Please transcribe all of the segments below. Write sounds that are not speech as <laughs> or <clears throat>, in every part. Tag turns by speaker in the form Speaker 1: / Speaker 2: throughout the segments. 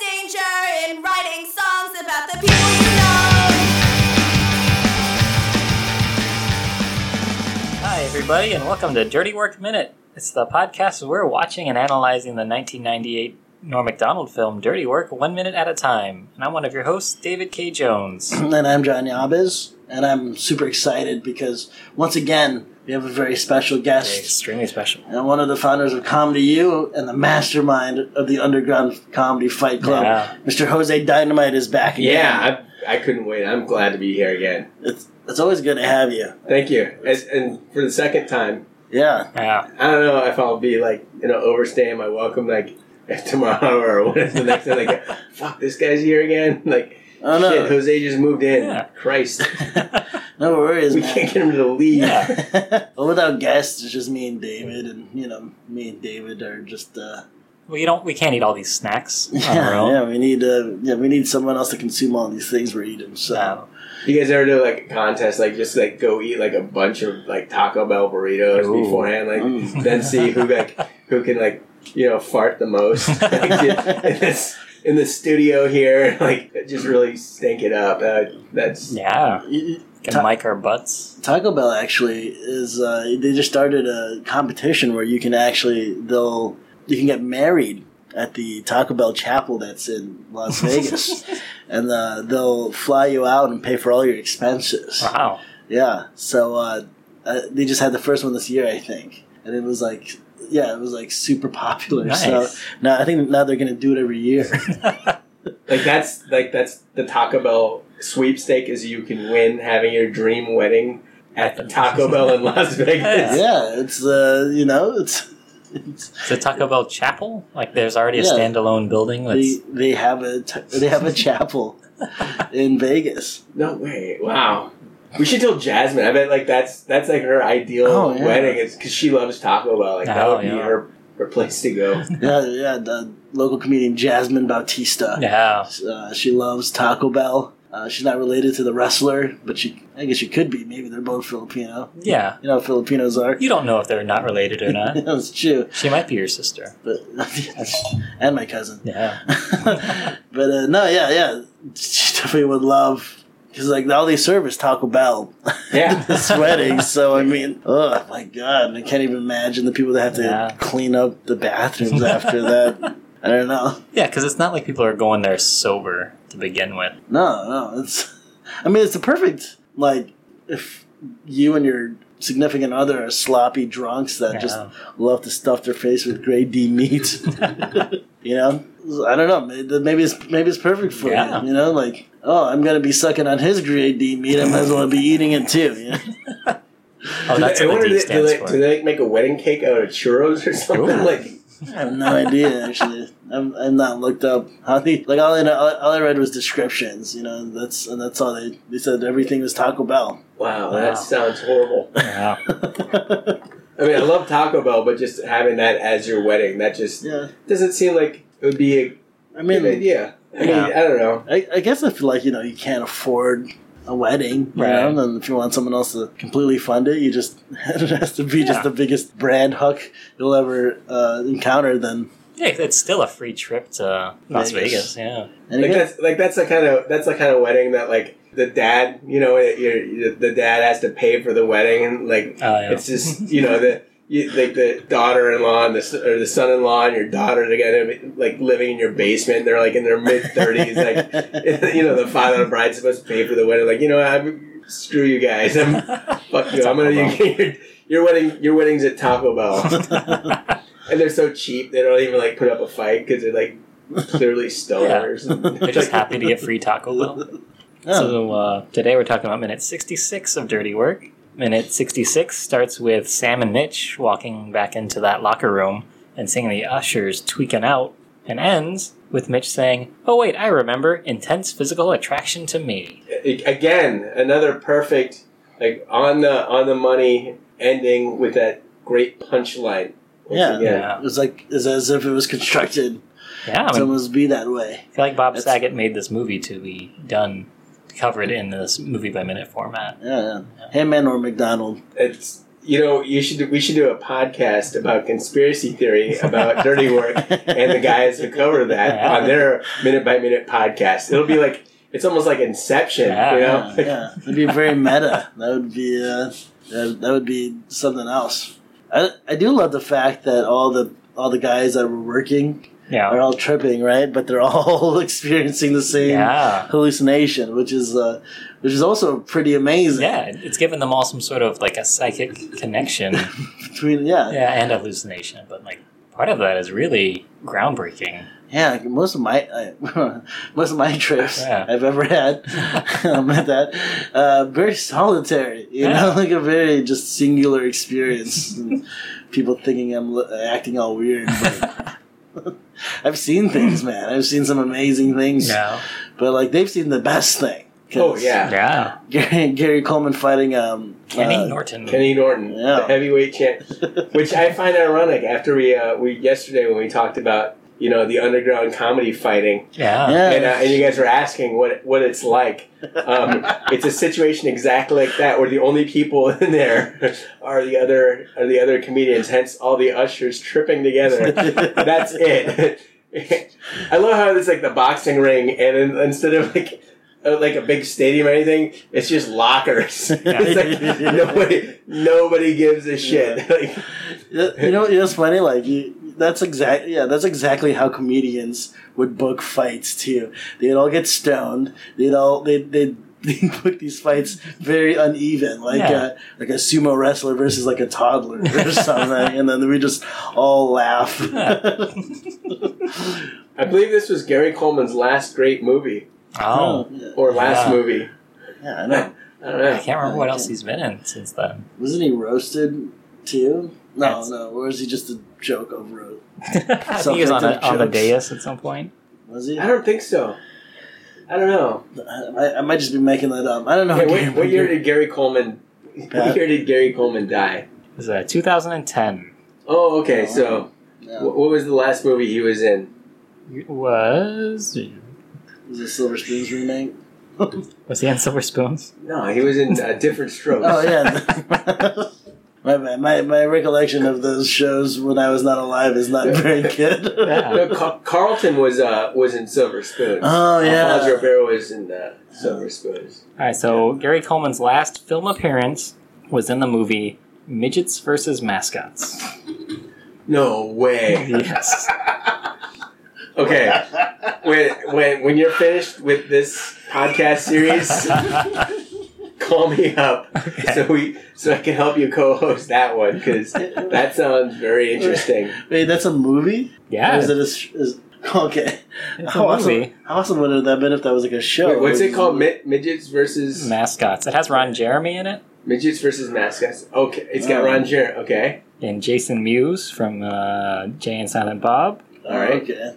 Speaker 1: danger in writing songs about the people you know.
Speaker 2: Hi, everybody, and welcome to Dirty Work Minute. It's the podcast where we're watching and analyzing the 1998 Norm MacDonald film Dirty Work one minute at a time. And I'm one of your hosts, David K. Jones.
Speaker 3: <clears throat> And I'm John Yabes, and I'm super excited because once again we have a very special guest
Speaker 2: Extremely special.
Speaker 3: and one of the founders of Comedy U and the mastermind of the underground comedy fight club,
Speaker 2: Yeah.
Speaker 3: Mr. Jose Dynamite is back again.
Speaker 4: Yeah, I, I couldn't wait. I'm glad to be here again.
Speaker 3: It's it's always good to have you.
Speaker 4: Thank you. As, and for the second time,
Speaker 3: Yeah.
Speaker 2: Yeah.
Speaker 4: I don't know if I'll be like, you know, overstaying my welcome like <laughs> tomorrow or <laughs> what is the next time. Like, fuck, this guy's here again. <laughs> Like,
Speaker 3: Oh
Speaker 4: shit,
Speaker 3: no.
Speaker 4: Jose just moved in.
Speaker 2: Yeah. <laughs>
Speaker 4: Christ,
Speaker 3: <laughs> No worries.
Speaker 4: we
Speaker 3: man. <laughs>
Speaker 4: can't get him to the league.
Speaker 2: Yeah.
Speaker 3: well, without guests, it's just me and David, and you know, me and David are just uh,
Speaker 2: We don't. We can't eat all these snacks on our
Speaker 3: yeah,
Speaker 2: own.
Speaker 3: yeah. We need uh, yeah, we need someone else to consume all these things we're eating. So
Speaker 2: No.
Speaker 4: <laughs> You guys ever do like a contest, like just like go eat like a bunch of like Taco Bell burritos
Speaker 2: Ooh.
Speaker 4: beforehand, like
Speaker 3: Mm.
Speaker 4: then see who like who can like you know fart the most like, in this in the studio here, <laughs> like just really stink it up. Uh, that's
Speaker 2: Yeah.
Speaker 3: You- you-
Speaker 2: Can
Speaker 3: Ta-
Speaker 2: mic our butts.
Speaker 3: Taco Bell actually is uh, they just started a competition where you can actually they'll you can get married at the Taco Bell chapel that's in
Speaker 2: <laughs>
Speaker 3: Las Vegas, and uh, they'll fly you out and pay for all your expenses.
Speaker 2: Wow.
Speaker 3: Yeah, so uh, uh, they just had the first one this year, I think, and it was like yeah, it was like super popular.
Speaker 2: <laughs>
Speaker 3: So
Speaker 2: Nice.
Speaker 3: now I think now they're gonna do it
Speaker 2: <laughs>
Speaker 3: every year.
Speaker 4: like that's like that's the Taco Bell sweepstake is you can win having your dream wedding at the Taco Bell in Las Vegas.
Speaker 3: yeah, it's uh, you know it's. <laughs> it's
Speaker 2: Is it Taco Bell Chapel? Like, there's already a
Speaker 3: Yeah.
Speaker 2: standalone building
Speaker 3: They,
Speaker 2: that's.
Speaker 3: they have a t- they
Speaker 2: <laughs>
Speaker 3: have a chapel in Vegas.
Speaker 4: No way! Wow. We should tell Jasmine. I bet like that's that's like her ideal
Speaker 3: Oh, yeah.
Speaker 4: wedding is because she loves Taco Bell. Like that
Speaker 2: Oh,
Speaker 4: would be
Speaker 2: yeah.
Speaker 4: her her place to go.
Speaker 3: Yeah, yeah. The local comedian Jasmine Bautista.
Speaker 2: Yeah.
Speaker 3: Uh, she loves Taco Bell. Uh, she's not related to the wrestler, but she I guess she could be. Maybe they're both Filipino.
Speaker 2: Yeah.
Speaker 3: You know, how Filipinos are.
Speaker 2: You don't know if they're not related or not.
Speaker 3: <laughs> That's true.
Speaker 2: She might be your sister.
Speaker 3: But <laughs> and my cousin.
Speaker 2: Yeah.
Speaker 3: <laughs> but uh, no, yeah, yeah. She definitely would love because like all they serve is Taco Bell. <laughs>
Speaker 4: Yeah.
Speaker 3: this wedding. So I mean, oh my god, I can't even imagine the people that have to
Speaker 2: Yeah.
Speaker 3: clean up the
Speaker 2: <laughs>
Speaker 3: bathrooms after that. I don't know.
Speaker 2: Yeah, because it's not like people are going there sober to begin with.
Speaker 3: No, no, it's. I mean, it's the perfect like if you and your significant other are sloppy drunks
Speaker 2: <laughs>
Speaker 3: that
Speaker 4: <laughs>
Speaker 3: just
Speaker 2: Yeah.
Speaker 3: love to stuff their face with grade D meat. <laughs> you know, I don't know. Maybe maybe it's maybe it's perfect for
Speaker 2: Yeah.
Speaker 3: you. You know, like oh, I'm gonna be sucking on his grade D meat. I might as well be eating it too. You know?
Speaker 2: Oh,
Speaker 4: Do
Speaker 2: that's
Speaker 4: they-
Speaker 2: what the
Speaker 4: I wonder
Speaker 2: D
Speaker 4: if they- do
Speaker 2: stands
Speaker 4: they, do
Speaker 2: for.
Speaker 4: they like, make a wedding cake out of churros or <laughs> something?
Speaker 2: Ooh.
Speaker 4: Like
Speaker 3: I have no idea actually. I'm, I'm not looked up. How they like all I know, all, all I read was descriptions. You know, that's and that's all they they said. Everything was Taco Bell. <laughs>
Speaker 2: Wow.
Speaker 4: wow, that sounds horrible.
Speaker 2: Yeah.
Speaker 4: I mean, I love Taco Bell, but just having that as your wedding that just
Speaker 3: yeah,
Speaker 4: doesn't seem like it would be a
Speaker 3: I
Speaker 4: good
Speaker 3: mean,
Speaker 4: idea. I mean,
Speaker 2: Yeah.
Speaker 4: I don't know.
Speaker 3: I, I guess I feel like you know you can't afford a wedding, you
Speaker 2: Right.
Speaker 3: know, and if you want someone else to completely fund it, you just <laughs> it has to be
Speaker 2: Yeah.
Speaker 3: just the biggest brand hook you'll ever uh, encounter. Then
Speaker 2: Yeah, it's still a free trip to Las Vegas.
Speaker 3: Vegas.
Speaker 2: Yeah.
Speaker 3: and
Speaker 4: Like
Speaker 3: again,
Speaker 4: that's like that's the kind of that's the kind of wedding that like the dad, you know, your, the dad has to pay for the wedding and like
Speaker 2: Oh, yeah.
Speaker 4: It's
Speaker 2: <laughs>
Speaker 4: just you know the you, like the daughter-in-law and the s- or the son-in-law and your daughter together, like living in your basement. They're like in their mid thirties. like <laughs> you know, the father and the bride's supposed to pay for the wedding. Like you know, I'm screw you
Speaker 2: <laughs>
Speaker 4: guys. I'm fuck you. <laughs> I'm gonna
Speaker 2: Taco
Speaker 4: your, your wedding. Your wedding's at Taco
Speaker 2: <laughs>
Speaker 4: Bell, and they're so cheap. They don't even like put up a fight because they're like
Speaker 2: <laughs>
Speaker 4: clearly stoners.
Speaker 2: They're just happy to get free Taco Bell.
Speaker 4: Oh.
Speaker 2: So uh, today we're talking about minute 66 of Dirty Work. Minute 66 starts with Sam and Mitch walking back into that locker room and seeing the ushers tweaking out, and ends with Mitch saying, Oh, wait, I remember intense physical attraction to me.
Speaker 4: A- again another perfect like on the on the money ending with that great punchline once
Speaker 3: Yeah.
Speaker 4: again.
Speaker 2: Yeah.
Speaker 3: it was like it's as if it was constructed
Speaker 2: Yeah, I,
Speaker 3: to
Speaker 2: mean,
Speaker 3: almost be that way.
Speaker 2: I feel like Bob
Speaker 3: that's-
Speaker 2: Saget made this movie to be done, covered in this movie by minute format.
Speaker 3: Yeah, yeah. him and or McDonald.
Speaker 4: it's you know, you should we should do a podcast about conspiracy theory about dirty
Speaker 2: <laughs>
Speaker 4: work and the guys who cover that
Speaker 2: Yeah.
Speaker 4: on their minute by minute podcast. It'll be like it's almost like Inception,
Speaker 2: Yeah.
Speaker 4: you know.
Speaker 3: Yeah, yeah. It'd be very meta. That would be uh, that, that would be something else. I, I do love the fact that all the all the guys that were working are
Speaker 2: Yeah.
Speaker 3: all tripping, right? But they're all <laughs> experiencing the same
Speaker 2: Yeah.
Speaker 3: hallucination, which is uh, which is also pretty amazing.
Speaker 2: Yeah, it's given them all some sort of like a psychic connection,
Speaker 3: Between yeah, yeah,
Speaker 2: yeah, and hallucination. But like part of that is really groundbreaking.
Speaker 3: like, most of my I, <laughs> most of my trips
Speaker 2: Yeah.
Speaker 3: I've ever
Speaker 2: <laughs>
Speaker 3: had, I'm at <laughs> that uh, very solitary. You
Speaker 2: Yeah.
Speaker 3: know, <laughs> like a very just singular
Speaker 2: <laughs>
Speaker 3: experience. and people thinking I'm l- acting all weird.
Speaker 2: <laughs>
Speaker 3: But I've seen things, man. I've seen some amazing things,
Speaker 2: Yeah,
Speaker 3: but like they've seen the best thing. 'Cause
Speaker 4: Oh yeah.
Speaker 2: yeah.
Speaker 3: <laughs> Gary, Gary Coleman fighting um
Speaker 2: Kenny
Speaker 3: uh,
Speaker 2: Norton.
Speaker 4: Kenny Norton,
Speaker 3: Yeah.
Speaker 4: the heavyweight champ, which I find ironic. After we uh, we yesterday when we talked about you know the underground comedy fighting,
Speaker 2: yeah.
Speaker 3: <laughs> Yeah,
Speaker 4: and, uh, and you guys were asking what what it's like. Um, it's a situation exactly like that, where the only people in there <laughs> are the other are the other comedians. Hence, all the ushers tripping
Speaker 3: <laughs>
Speaker 2: <laughs>
Speaker 4: together. That's it. <laughs> I love how it's like the boxing ring, and in, instead of like. uh, Like a big stadium or anything, it's just lockers. <laughs> It's like nobody, nobody gives a shit. Like,
Speaker 3: Yeah, you know, you know what's funny? Like, you, that's exactly yeah, that's exactly how comedians would book fights too. They'd all get stoned. They'd <laughs> all they they they book these fights very uneven, like
Speaker 2: Yeah.
Speaker 3: uh like a sumo wrestler versus like a toddler
Speaker 4: <laughs>
Speaker 3: or something, and then we just all laugh. <laughs>
Speaker 4: I believe this was Gary Coleman's last great movie
Speaker 2: Oh,
Speaker 3: yeah,
Speaker 4: or last
Speaker 2: Yeah.
Speaker 4: movie.
Speaker 3: yeah, I know.
Speaker 4: I don't
Speaker 2: I
Speaker 4: know.
Speaker 2: can't remember what else he's been in since
Speaker 3: <laughs>
Speaker 2: then.
Speaker 3: Wasn't he roasted too? No,
Speaker 2: That's-
Speaker 3: no. Or is he just a joke of road?
Speaker 2: I think he was on, a, on the dais at some point.
Speaker 3: Was he?
Speaker 4: I
Speaker 3: I,
Speaker 4: don't think so. I don't know.
Speaker 3: I, I might just be making that up. I don't know.
Speaker 4: Wait, what, what year did Gary Coleman? What
Speaker 3: Pat?
Speaker 4: year did Gary Coleman die?
Speaker 2: It was uh, 2010.
Speaker 4: Oh, okay. So,
Speaker 3: Yeah.
Speaker 4: wh- what was the last movie he was in?
Speaker 2: It was
Speaker 3: Was it Silver Spoon's remake?
Speaker 2: was he on Silver Spoons?
Speaker 4: No, he was in uh, Different Strokes.
Speaker 3: Oh yeah. <laughs> my, bad. my my recollection of those shows when I was not alive is not very good.
Speaker 2: Yeah.
Speaker 4: No, Ca- Carlton was uh, was in Silver
Speaker 3: <laughs>
Speaker 4: Spoons.
Speaker 3: Oh
Speaker 4: Alfonso
Speaker 3: yeah.
Speaker 4: Ribeiro was in uh, Silver Spoons.
Speaker 2: All right, so Gary Coleman's last film appearance was in the movie Midgets versus Mascots.
Speaker 4: No way.
Speaker 2: Yes.
Speaker 4: Okay, when when when you're finished with this
Speaker 3: <laughs>
Speaker 4: podcast series, call me up so we so I can help you co-host that one because that sounds very interesting.
Speaker 3: Wait, that's a movie? Or
Speaker 2: <laughs> yeah.
Speaker 3: Is it a? Oh, sh- Is, okay.
Speaker 2: it's a
Speaker 3: How awesome,
Speaker 2: movie.
Speaker 3: how awesome would it have been if that was like a show?
Speaker 4: Wait, what's it
Speaker 3: Or-
Speaker 4: called? Mid- midgets versus
Speaker 2: Mascots. It has Ron Jeremy in it
Speaker 4: midgets versus mascots. Okay, it's got
Speaker 3: Oh.
Speaker 4: Ron Jer. Okay,
Speaker 2: and Jason Mewes from uh, Jay and Silent Bob
Speaker 3: Oh,
Speaker 4: all right.
Speaker 3: Okay.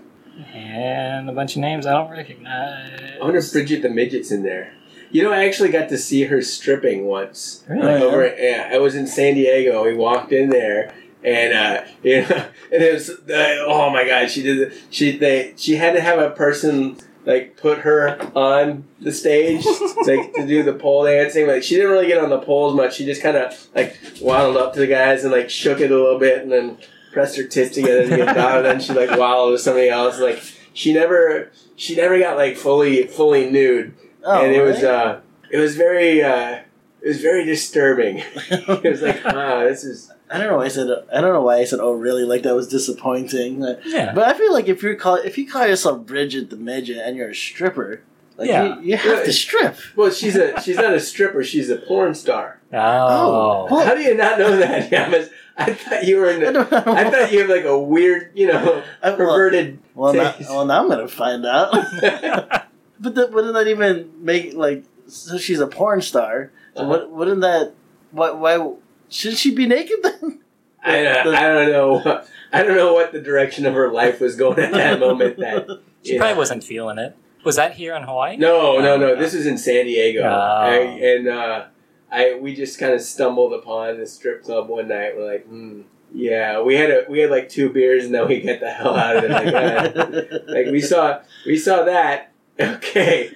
Speaker 2: and a bunch of names I don't
Speaker 4: I wonder
Speaker 2: recognize.
Speaker 4: if Bridget the midget's in there. You know, I actually got to see her stripping once.
Speaker 2: Really?
Speaker 3: Oh, yeah?
Speaker 4: Over, yeah, I was in San Diego. We walked in there, and uh, <laughs> you know, and it was uh, oh my god, she did. the- She they she had to have a person like put her on the stage like to do the pole dancing. Like she didn't really get on the poles much. She just kind of like waddled up to the guys and like shook it a little bit, and then pressed her tits together to get down. and then she like waddled with somebody else. Like she never she never got like fully fully nude
Speaker 3: Oh,
Speaker 4: and it was
Speaker 3: really?
Speaker 4: uh, it was very uh, it was very disturbing. <laughs> it was like, ah, this is
Speaker 3: <laughs> I don't know why I said I don't know why I said oh really like that was disappointing. Like,
Speaker 2: Yeah.
Speaker 3: But I feel like if you're call if you call yourself Bridget the midget and you're a stripper, like
Speaker 2: Yeah.
Speaker 3: you, you have
Speaker 4: Yeah.
Speaker 3: to strip.
Speaker 4: well, she's a she's not a stripper, she's a porn star.
Speaker 2: Oh.
Speaker 3: Oh.
Speaker 4: How do you not know that, <laughs> Yamas? I thought you were.
Speaker 3: I
Speaker 4: In,
Speaker 3: don't know.
Speaker 4: I thought you had like a weird, you
Speaker 3: <laughs>
Speaker 4: know,
Speaker 3: I- well,
Speaker 4: perverted.
Speaker 3: Well, now,
Speaker 4: taste.
Speaker 3: well, now I'm gonna find out. <laughs> but that wouldn't that even make like so she's a porn star? So what wouldn't that? What why should she be naked then?
Speaker 4: I, I don't know. I don't know what the direction of her life was going at that moment. That
Speaker 2: <laughs> She
Speaker 4: you know.
Speaker 2: probably wasn't feeling it. Was that here in Hawaii?
Speaker 4: No, no, no. This was in San Diego,
Speaker 2: Oh.
Speaker 4: I, and uh, I we just kind of stumbled upon the strip club one night. We're like, hmm, yeah, we had a we had like two beers, and then we got the hell out of it. Like,
Speaker 3: <laughs>
Speaker 4: uh, like we saw we saw that. Okay,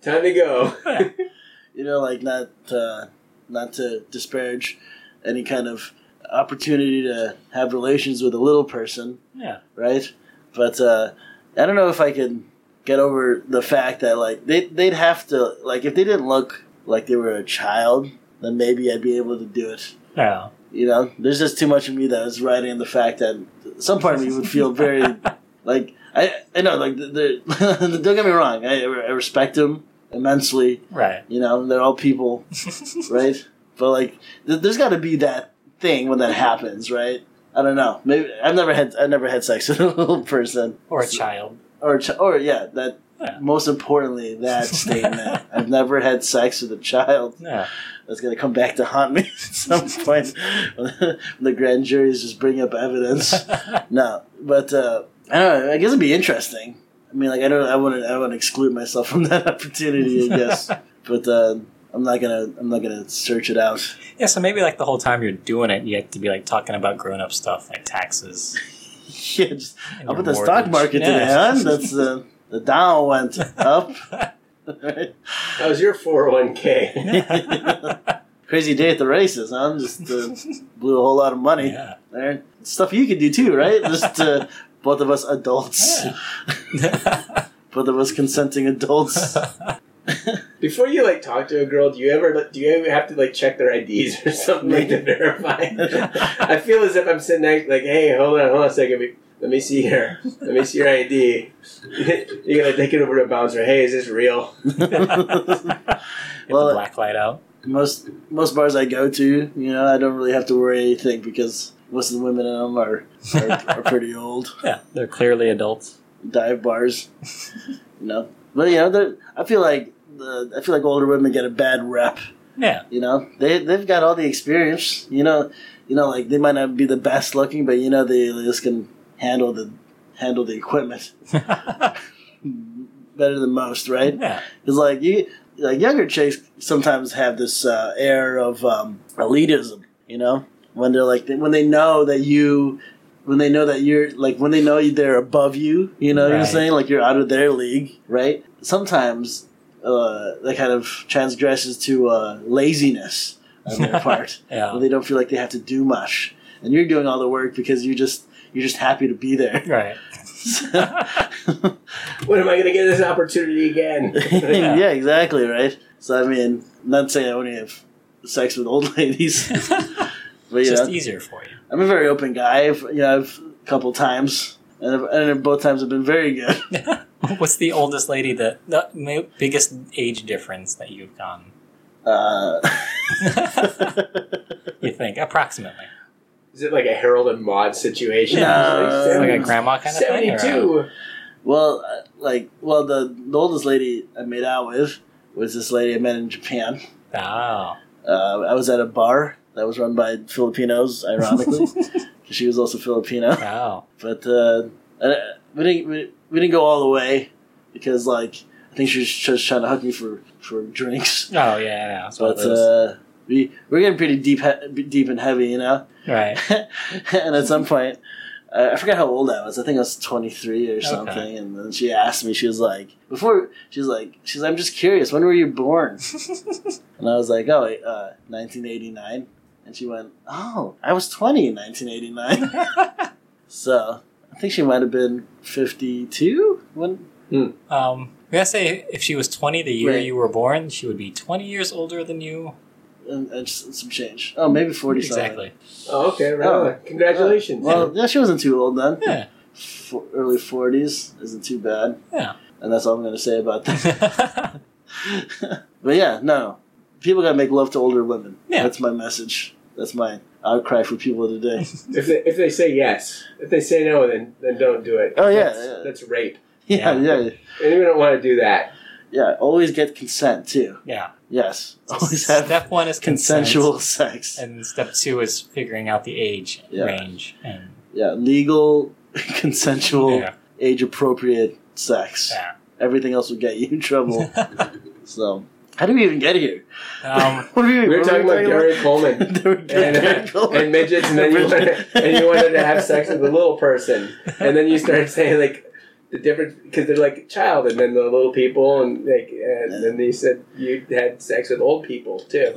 Speaker 4: time to go. <laughs>
Speaker 3: you know, like not uh, not to disparage any kind of opportunity to have relations with a little person,
Speaker 2: Yeah.
Speaker 3: right? But uh, I don't know if I could get over the fact that like they they'd have to like if they didn't look like they were a child, then maybe I'd be able to do it.
Speaker 2: Oh.
Speaker 3: You know, there's just too much of me that is riding in the fact that some part of me would
Speaker 2: <laughs>
Speaker 3: feel very like I I know like they're, <laughs> don't get me wrong, I, I respect them immensely. <laughs>
Speaker 2: Right. <laughs>
Speaker 3: You know, they're all people, right? But like, th- there's got to be that thing when that happens, right? I don't know. Maybe I've never had I've never had sex with a <laughs> little person
Speaker 2: Or a child.
Speaker 3: or a ch- or yeah that.
Speaker 2: Yeah.
Speaker 3: Most importantly, that statement. I've never had sex with a child.
Speaker 2: <laughs> Yeah.
Speaker 3: That's gonna come back to haunt me <laughs> at some point <laughs> when the, when the grand juries just bring
Speaker 2: <laughs>
Speaker 3: up evidence. No, but uh, I don't know. I guess it'd be interesting. I mean, like I don't. I wouldn't. I wouldn't exclude myself from that <laughs> opportunity. I guess,
Speaker 2: <laughs>
Speaker 3: but uh, I'm not gonna. I'm not gonna search it out.
Speaker 2: yeah, so maybe like the whole time you're doing it, you have to be like talking about grown up stuff like taxes.
Speaker 3: <laughs> yeah, just
Speaker 2: and
Speaker 3: up
Speaker 2: your
Speaker 3: at the stock
Speaker 2: mortgage.
Speaker 3: market today, huh?
Speaker 2: <laughs>
Speaker 3: That's uh, the Dow went up. Right?
Speaker 4: How's your 401k?
Speaker 3: <laughs> Crazy day at the races, huh? Just
Speaker 2: <laughs>
Speaker 3: uh, blew a whole lot of money. <laughs>
Speaker 2: Yeah.
Speaker 3: There. Stuff you could do too, right?
Speaker 2: <laughs>
Speaker 3: Just uh, both of us adults, both of us
Speaker 2: <laughs>
Speaker 3: consenting adults. <laughs>
Speaker 4: Before you like talk to a girl, do you ever like, do you ever have to like check their IDs or <laughs> something like to verify? I feel as if I'm sitting next, like, hey, hold on, hold on a second, let me- let me see here, let me see your ID. <laughs> You're gonna take it over to a bouncer. Hey, is this real?
Speaker 2: Get
Speaker 3: Well, uh,
Speaker 2: the black light out.
Speaker 3: most most bars I go to, you know, I don't really have to worry anything because most of the women in them are are, are pretty old
Speaker 2: <laughs> Yeah. They're clearly adults.
Speaker 3: dive bars, you know. But you know, they're- I feel like the, I feel like older women get a bad rep.
Speaker 2: <laughs> Yeah.
Speaker 3: You know, they they've got all the experience. You know, you know, like they might not be the best looking, but you know, they just can handle the handle the equipment better than most, right?
Speaker 2: Yeah.
Speaker 3: It's like you, like younger chicks sometimes have this uh, air of um, elitism, you know, when they're like when they know that you, when they know that you're like when they know you- they're above you, you know what I'm
Speaker 2: Right.
Speaker 3: saying? Like you're out of their league, right? Sometimes uh, that kind of transgresses to uh, laziness
Speaker 2: <laughs>
Speaker 3: on their part.
Speaker 2: Yeah.
Speaker 3: where they don't feel like they have to do much, and you're doing all the work because you just you're just happy to be there. <laughs>
Speaker 2: Right. <laughs>
Speaker 4: When am I gonna get this opportunity
Speaker 3: <laughs>
Speaker 4: again?
Speaker 3: yeah. exactly, right? So, I mean, not saying I only have sex with old <laughs> ladies, but
Speaker 2: It's
Speaker 3: you
Speaker 2: just
Speaker 3: know,
Speaker 2: easier for you.
Speaker 3: I'm a very open guy. I've, you know, I've a couple times, and, I've, and both times have been very good. <laughs>
Speaker 2: <laughs> What's the oldest lady that the ma- biggest age difference that you've
Speaker 3: <laughs>
Speaker 2: gone?
Speaker 3: Uh,
Speaker 2: You think approximately
Speaker 4: Is it like a Harold and Maude situation?
Speaker 3: No.
Speaker 2: like a
Speaker 3: Like
Speaker 2: grandma kind of thing? or a-
Speaker 4: Seventy-two.
Speaker 3: well, uh, like, well, the, the oldest lady I made out with was this lady I met in Japan.
Speaker 2: Oh,
Speaker 3: Uh, I was at a bar that was run by Filipinos, <laughs> ironically, 'cause she was also Filipino.
Speaker 2: <laughs> oh,
Speaker 3: but uh, uh, we didn't we, we didn't go all the way because like I think she was just trying to hook me for for drinks.
Speaker 2: oh, yeah. yeah. It's one of
Speaker 3: But
Speaker 2: those.
Speaker 3: uh, we we're getting pretty deep he- deep and heavy, you know. <laughs>
Speaker 2: right.
Speaker 3: and at some point, uh, I forgot how old I was. I think I was twenty three or something. And then she asked me, she was like, before she was like, she's I'm just curious, when were you born? and I was like, oh, uh, 1989. And she went, oh, I was twenty in <laughs> 1989. so I think she might have been fifty two when.
Speaker 2: Um, we gotta say, if she was 20 the year
Speaker 3: Right.
Speaker 2: you were born, she would be 20 years older than you.
Speaker 3: And, and just some change. Oh, maybe forty. Something. <laughs>
Speaker 2: Exactly.
Speaker 4: Oh, okay, right.
Speaker 3: Oh.
Speaker 4: on. Congratulations.
Speaker 3: Well, yeah, she wasn't too old then.
Speaker 2: Yeah.
Speaker 3: F- early forties isn't too bad.
Speaker 2: Yeah.
Speaker 3: And that's all I'm going to say about that. <laughs> But yeah, no. People gotta make love to older women.
Speaker 2: Yeah.
Speaker 3: That's my message. That's my outcry for people
Speaker 2: <laughs>
Speaker 3: today.
Speaker 4: if they, if they say yes, if they say no, then then don't do it.
Speaker 3: Oh, yeah,
Speaker 4: that's,
Speaker 3: yeah.
Speaker 4: that's rape.
Speaker 3: yeah, yeah, yeah.
Speaker 4: And you don't want to do that.
Speaker 3: Always get consent too.
Speaker 2: yeah.
Speaker 3: Yes. Always have
Speaker 2: Step one is consent,
Speaker 3: consensual sex.
Speaker 2: and step two is figuring out the age
Speaker 3: Yeah.
Speaker 2: range. And
Speaker 3: Yeah. Legal, <laughs> consensual,
Speaker 2: yeah,
Speaker 3: age appropriate sex.
Speaker 2: yeah.
Speaker 3: Everything else will get you in trouble.
Speaker 2: <laughs>
Speaker 3: so how do we even get here?
Speaker 2: Um,
Speaker 3: <laughs> what are we,
Speaker 4: We were
Speaker 3: what
Speaker 4: talking about Gary
Speaker 3: about? <laughs>
Speaker 4: Coleman.
Speaker 3: There we go,
Speaker 4: And, uh,
Speaker 3: Gary Coleman. <laughs>
Speaker 4: and midgets, and then you wanted, and you wanted to have sex with a little person, and then you started saying like, the difference because they're like child and then the little people and like and then they said you had sex with old people too.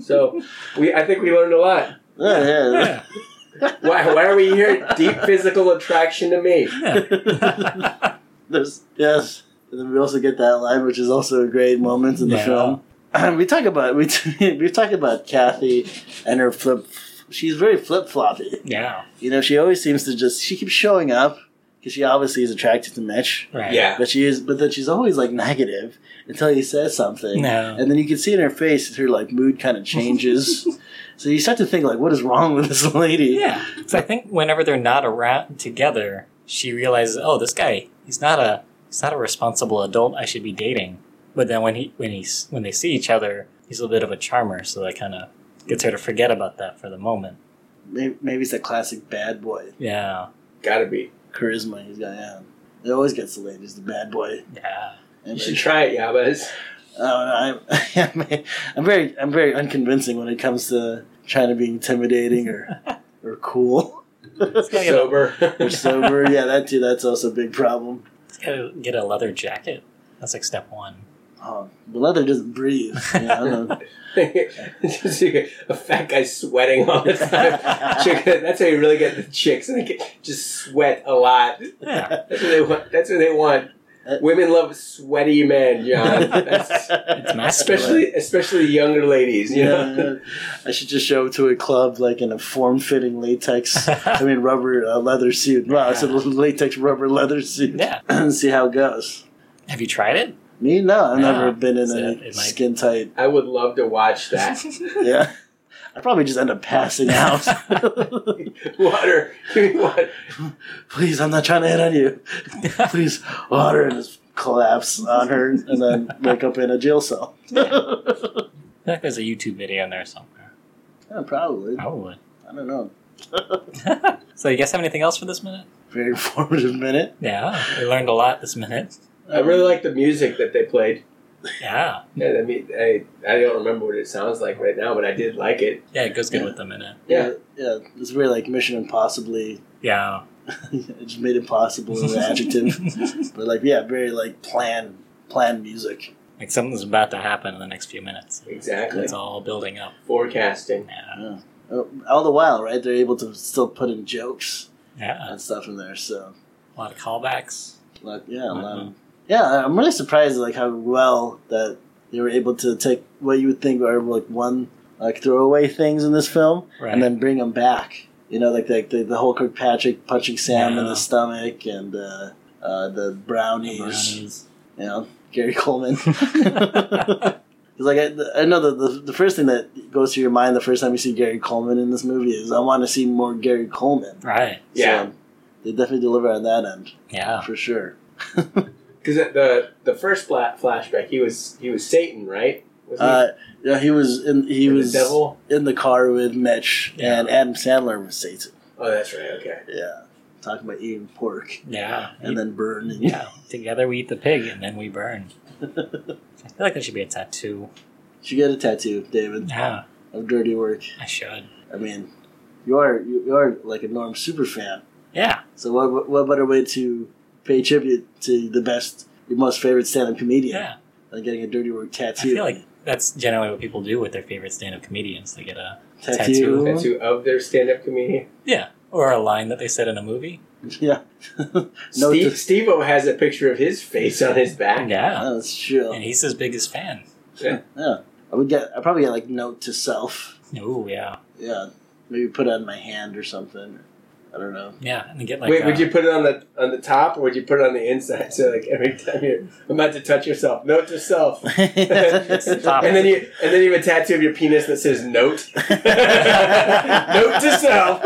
Speaker 4: so we I think we learned a lot.
Speaker 3: yeah, <laughs> yeah.
Speaker 2: <laughs> Yeah.
Speaker 4: <laughs> Why why are we here?
Speaker 3: <laughs>
Speaker 4: Deep physical attraction to me.
Speaker 3: There's, yes. And then we also get that line, which is also a great moment in the
Speaker 2: Yeah.
Speaker 3: film. <clears throat> we talk about we <laughs> t- we talk about Kathy and her flip. She's very flip floppy.
Speaker 2: yeah.
Speaker 3: You know, she always seems to just she keeps showing up because she obviously is attracted to Mitch,
Speaker 2: Right.
Speaker 4: Yeah.
Speaker 3: but she is. But then she's always like negative until he says something,
Speaker 2: No.
Speaker 3: and then you can see in her face her like mood kind of
Speaker 4: <laughs>
Speaker 3: changes. so you start to think like, what is wrong with this lady?
Speaker 2: Yeah. So I think whenever they're not around together, she realizes, oh, this guy, he's not a he's not a responsible adult I should be dating. But then when he when he's when they see each other, he's a bit of a charmer, so that kind of gets her to forget about that for the moment.
Speaker 3: Maybe, maybe it's that classic bad boy
Speaker 2: Yeah.
Speaker 4: Gotta be.
Speaker 3: charisma he's got. Yeah, it always gets the ladies, the bad boy.
Speaker 2: Yeah.
Speaker 3: And
Speaker 4: You should try it, Yabas.
Speaker 3: I <laughs> don't know, I'm, I'm very, I'm very unconvincing when it comes to trying to be intimidating or, or cool
Speaker 2: gotta get
Speaker 3: or
Speaker 4: Sober. <laughs>
Speaker 3: sober. Yeah, that too. That's also a big problem.
Speaker 2: Let's gotta get a leather jacket. That's like step one.
Speaker 3: Oh, the leather doesn't breathe. Yeah, I
Speaker 2: <laughs>
Speaker 3: don't know.
Speaker 4: Just you- a fat guy sweating all the time. Chick, that's how you really get the chicks. They get, just sweat a lot.
Speaker 3: <laughs>
Speaker 2: Yeah.
Speaker 4: That's what they want. That's what they want. Women love sweaty men, John.
Speaker 3: <laughs>
Speaker 4: That's,
Speaker 2: It's
Speaker 4: <laughs>
Speaker 2: masculine.
Speaker 4: especially especially younger ladies. You
Speaker 3: Yeah,
Speaker 4: know,
Speaker 3: yeah. I should just show up to a club like in a form-fitting latex. I mean, rubber uh, leather suit. Wow, it's a latex rubber leather suit.
Speaker 2: <laughs> Yeah.
Speaker 3: and <laughs> see how it goes.
Speaker 2: Have you tried it?
Speaker 3: Me, no, I've
Speaker 2: Yeah.
Speaker 3: never been in
Speaker 2: So
Speaker 3: any
Speaker 2: it might-
Speaker 3: skin tight.
Speaker 4: I would love to
Speaker 3: <laughs>
Speaker 4: watch that. <laughs>
Speaker 3: Yeah, I'd probably just end up
Speaker 2: <laughs>
Speaker 3: passing out. <laughs>
Speaker 4: water, give me water.
Speaker 3: please, I'm not trying to hit on you.
Speaker 2: <laughs>
Speaker 3: please, water, and just collapse on her, and then wake up in a jail cell.
Speaker 2: I feel like there's a YouTube video in there somewhere.
Speaker 3: Yeah, probably.
Speaker 2: Probably.
Speaker 3: I don't know.
Speaker 2: <laughs> So you guys have anything else for this minute?
Speaker 3: <laughs> Very informative minute.
Speaker 2: Yeah. We learned a lot this minute.
Speaker 4: I
Speaker 3: Um,
Speaker 4: really like the music that they played.
Speaker 2: Yeah.
Speaker 4: Yeah, I mean, I, I don't remember what it sounds like right now, but I did like it.
Speaker 2: Yeah, it goes good with the minute.
Speaker 4: Yeah,
Speaker 3: yeah. It's very like Mission Impossibly. <laughs>
Speaker 2: Yeah.
Speaker 3: it just made impossible
Speaker 2: <laughs>
Speaker 3: an adjective, but like yeah, very like plan plan music.
Speaker 2: Like something's about to happen in the next few minutes.
Speaker 4: exactly.
Speaker 2: It's all building up.
Speaker 4: Forecasting.
Speaker 2: Yeah.
Speaker 3: Yeah. Uh, All the while, right? They're able to still put in jokes
Speaker 2: Yeah.
Speaker 3: and stuff in there. So
Speaker 2: A lot of callbacks.
Speaker 3: Like, yeah,
Speaker 2: Mhm.
Speaker 3: um, yeah. I'm really surprised like how well that they were able to take what you would think are like one like throwaway things in this film
Speaker 2: Right.
Speaker 3: and then bring them back. You know, like like the, the whole Kirkpatrick punching Sam in
Speaker 2: Yeah.
Speaker 3: the stomach and uh, uh, the brownies.
Speaker 2: brownies.
Speaker 3: You know, Gary Coleman. <laughs> Because like I, I know the, the the first thing that goes through your mind the first time you see Gary Coleman in this movie is I want to see more Gary Coleman.
Speaker 2: <laughs> Right.
Speaker 4: Yeah.
Speaker 3: So, they definitely deliver on that end
Speaker 2: Yeah. <laughs>
Speaker 3: for sure.
Speaker 4: Because the the first fla- flashback, he was he was Satan, right? Was he?
Speaker 3: Uh, yeah, he was in. He
Speaker 4: Or the
Speaker 3: was
Speaker 4: devil.
Speaker 3: in the car with Mitch
Speaker 2: Yeah.
Speaker 3: and Adam Sandler was Satan.
Speaker 4: Oh, that's right. Okay.
Speaker 3: Yeah, talking about eating pork
Speaker 2: Yeah.
Speaker 3: and then burning.
Speaker 2: yeah. Together we eat the pig and then we burn.
Speaker 3: <laughs>
Speaker 2: I feel like that should be a tattoo.
Speaker 3: You should get a tattoo, David,
Speaker 2: Yeah.
Speaker 3: of dirty work.
Speaker 2: I should.
Speaker 3: I mean, you are you, you are like a Norm super fan.
Speaker 2: Yeah.
Speaker 3: So what what better way to pay tribute to the best, your most favorite stand-up comedian
Speaker 2: Yeah.
Speaker 3: than getting a dirty work
Speaker 2: I
Speaker 3: tattoo?
Speaker 2: feel like that's generally what people do with their favorite stand up comedians. They get a tattoo.
Speaker 3: tattoo.
Speaker 4: Tattoo of their stand-up comedian.
Speaker 2: Yeah. Or a line that they said in a movie.
Speaker 3: Yeah, <laughs> No,
Speaker 4: Steve
Speaker 3: just-
Speaker 4: Steve-O has a picture of his face on his back.
Speaker 2: Yeah.
Speaker 3: that's true.
Speaker 2: And he's his biggest fan.
Speaker 3: Yeah, I would get. I probably get like note to self.
Speaker 2: Ooh, yeah.
Speaker 3: Yeah, maybe put it on my hand or something. I don't
Speaker 4: <laughs>
Speaker 3: know.
Speaker 2: Yeah. And they get like
Speaker 4: Wait,
Speaker 2: uh,
Speaker 4: would you put it on the on the top or would you put it on the inside? <laughs> So like every time you're about to touch yourself, note
Speaker 2: <laughs>
Speaker 4: to self.
Speaker 2: the top.
Speaker 4: And then <laughs> you and then you have a tattoo of your penis that says note. <laughs> note to self.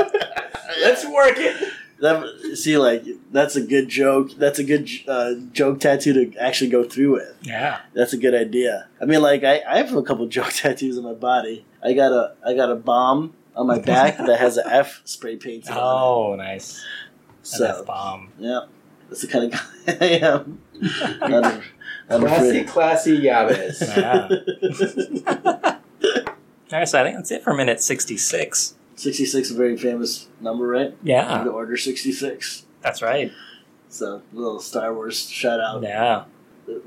Speaker 4: Let's work it.
Speaker 3: That, see, like that's a good joke. That's a good uh, joke tattoo to actually go through with.
Speaker 2: Yeah.
Speaker 3: That's a good idea. I mean, like I, I have a couple <laughs> joke tattoos on my body. I got a I got a bomb on my back that
Speaker 2: <laughs>
Speaker 3: has an F spray painted on it.
Speaker 2: Oh, nice. An F
Speaker 3: So
Speaker 2: bomb. <laughs>
Speaker 3: yeah, that's the kind of guy <laughs> I am. Not a- not
Speaker 4: Classy,
Speaker 3: afraid.
Speaker 4: classy Yabes.
Speaker 2: <laughs> Yeah.
Speaker 3: <laughs>
Speaker 2: All right, so I think that's it for minute 66.
Speaker 3: Sixty six, a very famous number, right?
Speaker 2: Yeah,
Speaker 3: The order sixty six.
Speaker 2: that's right.
Speaker 3: So little Star Wars shout out.
Speaker 2: Yeah.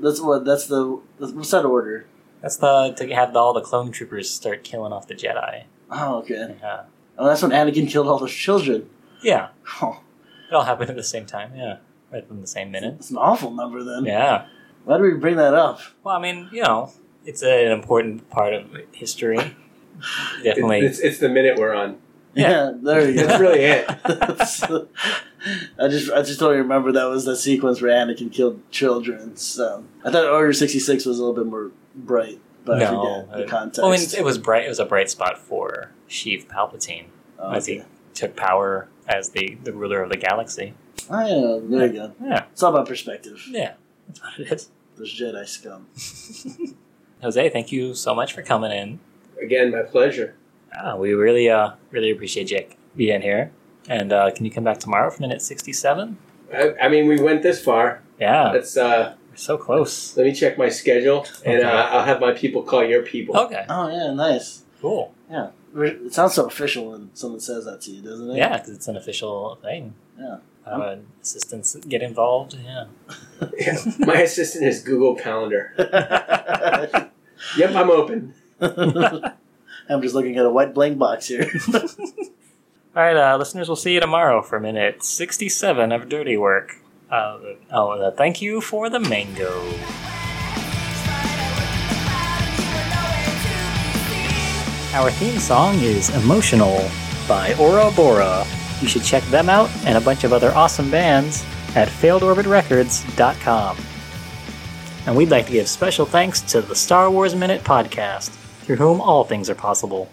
Speaker 3: That's what. That's the. That's, what's that order?
Speaker 2: That's the to have all the clone troopers start killing off the Jedi.
Speaker 3: Oh, okay.
Speaker 2: Yeah.
Speaker 3: Oh, that's when Anakin killed all those children. <laughs>
Speaker 2: Yeah.
Speaker 3: Oh,
Speaker 2: It all happened at the same time. Yeah. Right in the same minute.
Speaker 3: that's an awful number then.
Speaker 2: Yeah.
Speaker 3: Why do we bring that up?
Speaker 2: Well, I mean, you know, it's an important part of history. Definitely.
Speaker 4: It's, it's, it's the minute we're on.
Speaker 2: Yeah.
Speaker 3: Yeah, there you
Speaker 2: <laughs>
Speaker 4: That's
Speaker 3: go. <laughs>
Speaker 4: really it.
Speaker 3: I just I just totally remember that was the sequence where Anakin killed children. So I thought Order sixty six was a little bit more bright, but I
Speaker 2: No,
Speaker 3: forget the
Speaker 2: uh,
Speaker 3: context.
Speaker 2: <laughs> well, I mean, it was bright. It was a bright spot for Sheev Palpatine
Speaker 3: oh,
Speaker 2: as he
Speaker 3: okay.
Speaker 2: took power as the, the ruler of the galaxy.
Speaker 3: Oh, yeah, there you go.
Speaker 2: Yeah,
Speaker 3: It's all about perspective.
Speaker 2: yeah, that's what it is.
Speaker 3: Those Jedi scum.
Speaker 2: <laughs> Jose, thank you so much for coming in.
Speaker 4: Again, my pleasure.
Speaker 2: Uh, we really, uh, really appreciate Jake being here. And uh, can you come back tomorrow for minute sixty-seven?
Speaker 4: I, I mean, we went this far.
Speaker 2: Yeah,
Speaker 4: That's uh,
Speaker 2: we're so close.
Speaker 4: let me check my schedule, and
Speaker 2: Okay.
Speaker 4: uh, I'll have my people call your people.
Speaker 2: Okay,
Speaker 3: Oh yeah, nice.
Speaker 2: cool.
Speaker 3: It sounds so official when someone says that to you, doesn't it?
Speaker 2: Yeah, because it's an official thing.
Speaker 3: Yeah.
Speaker 2: Uh, assistants get involved. Yeah.
Speaker 4: <laughs>
Speaker 2: <laughs>
Speaker 4: Yeah. my assistant is Google Calendar.
Speaker 2: <laughs>
Speaker 3: <laughs> Yeah.
Speaker 4: Yep, I'm open.
Speaker 3: I'm just looking at a white blank box here. <laughs>
Speaker 2: All right, uh, listeners, we'll see you tomorrow for minute 67 of Dirty Work. Uh, oh, uh, thank you for the mango. Our theme song is Emotional by Ora Bora. You should check them out and a bunch of other awesome bands at failedorbitrecords.com. And we'd like to give special thanks to the Star Wars Minute podcast, through whom all things are possible.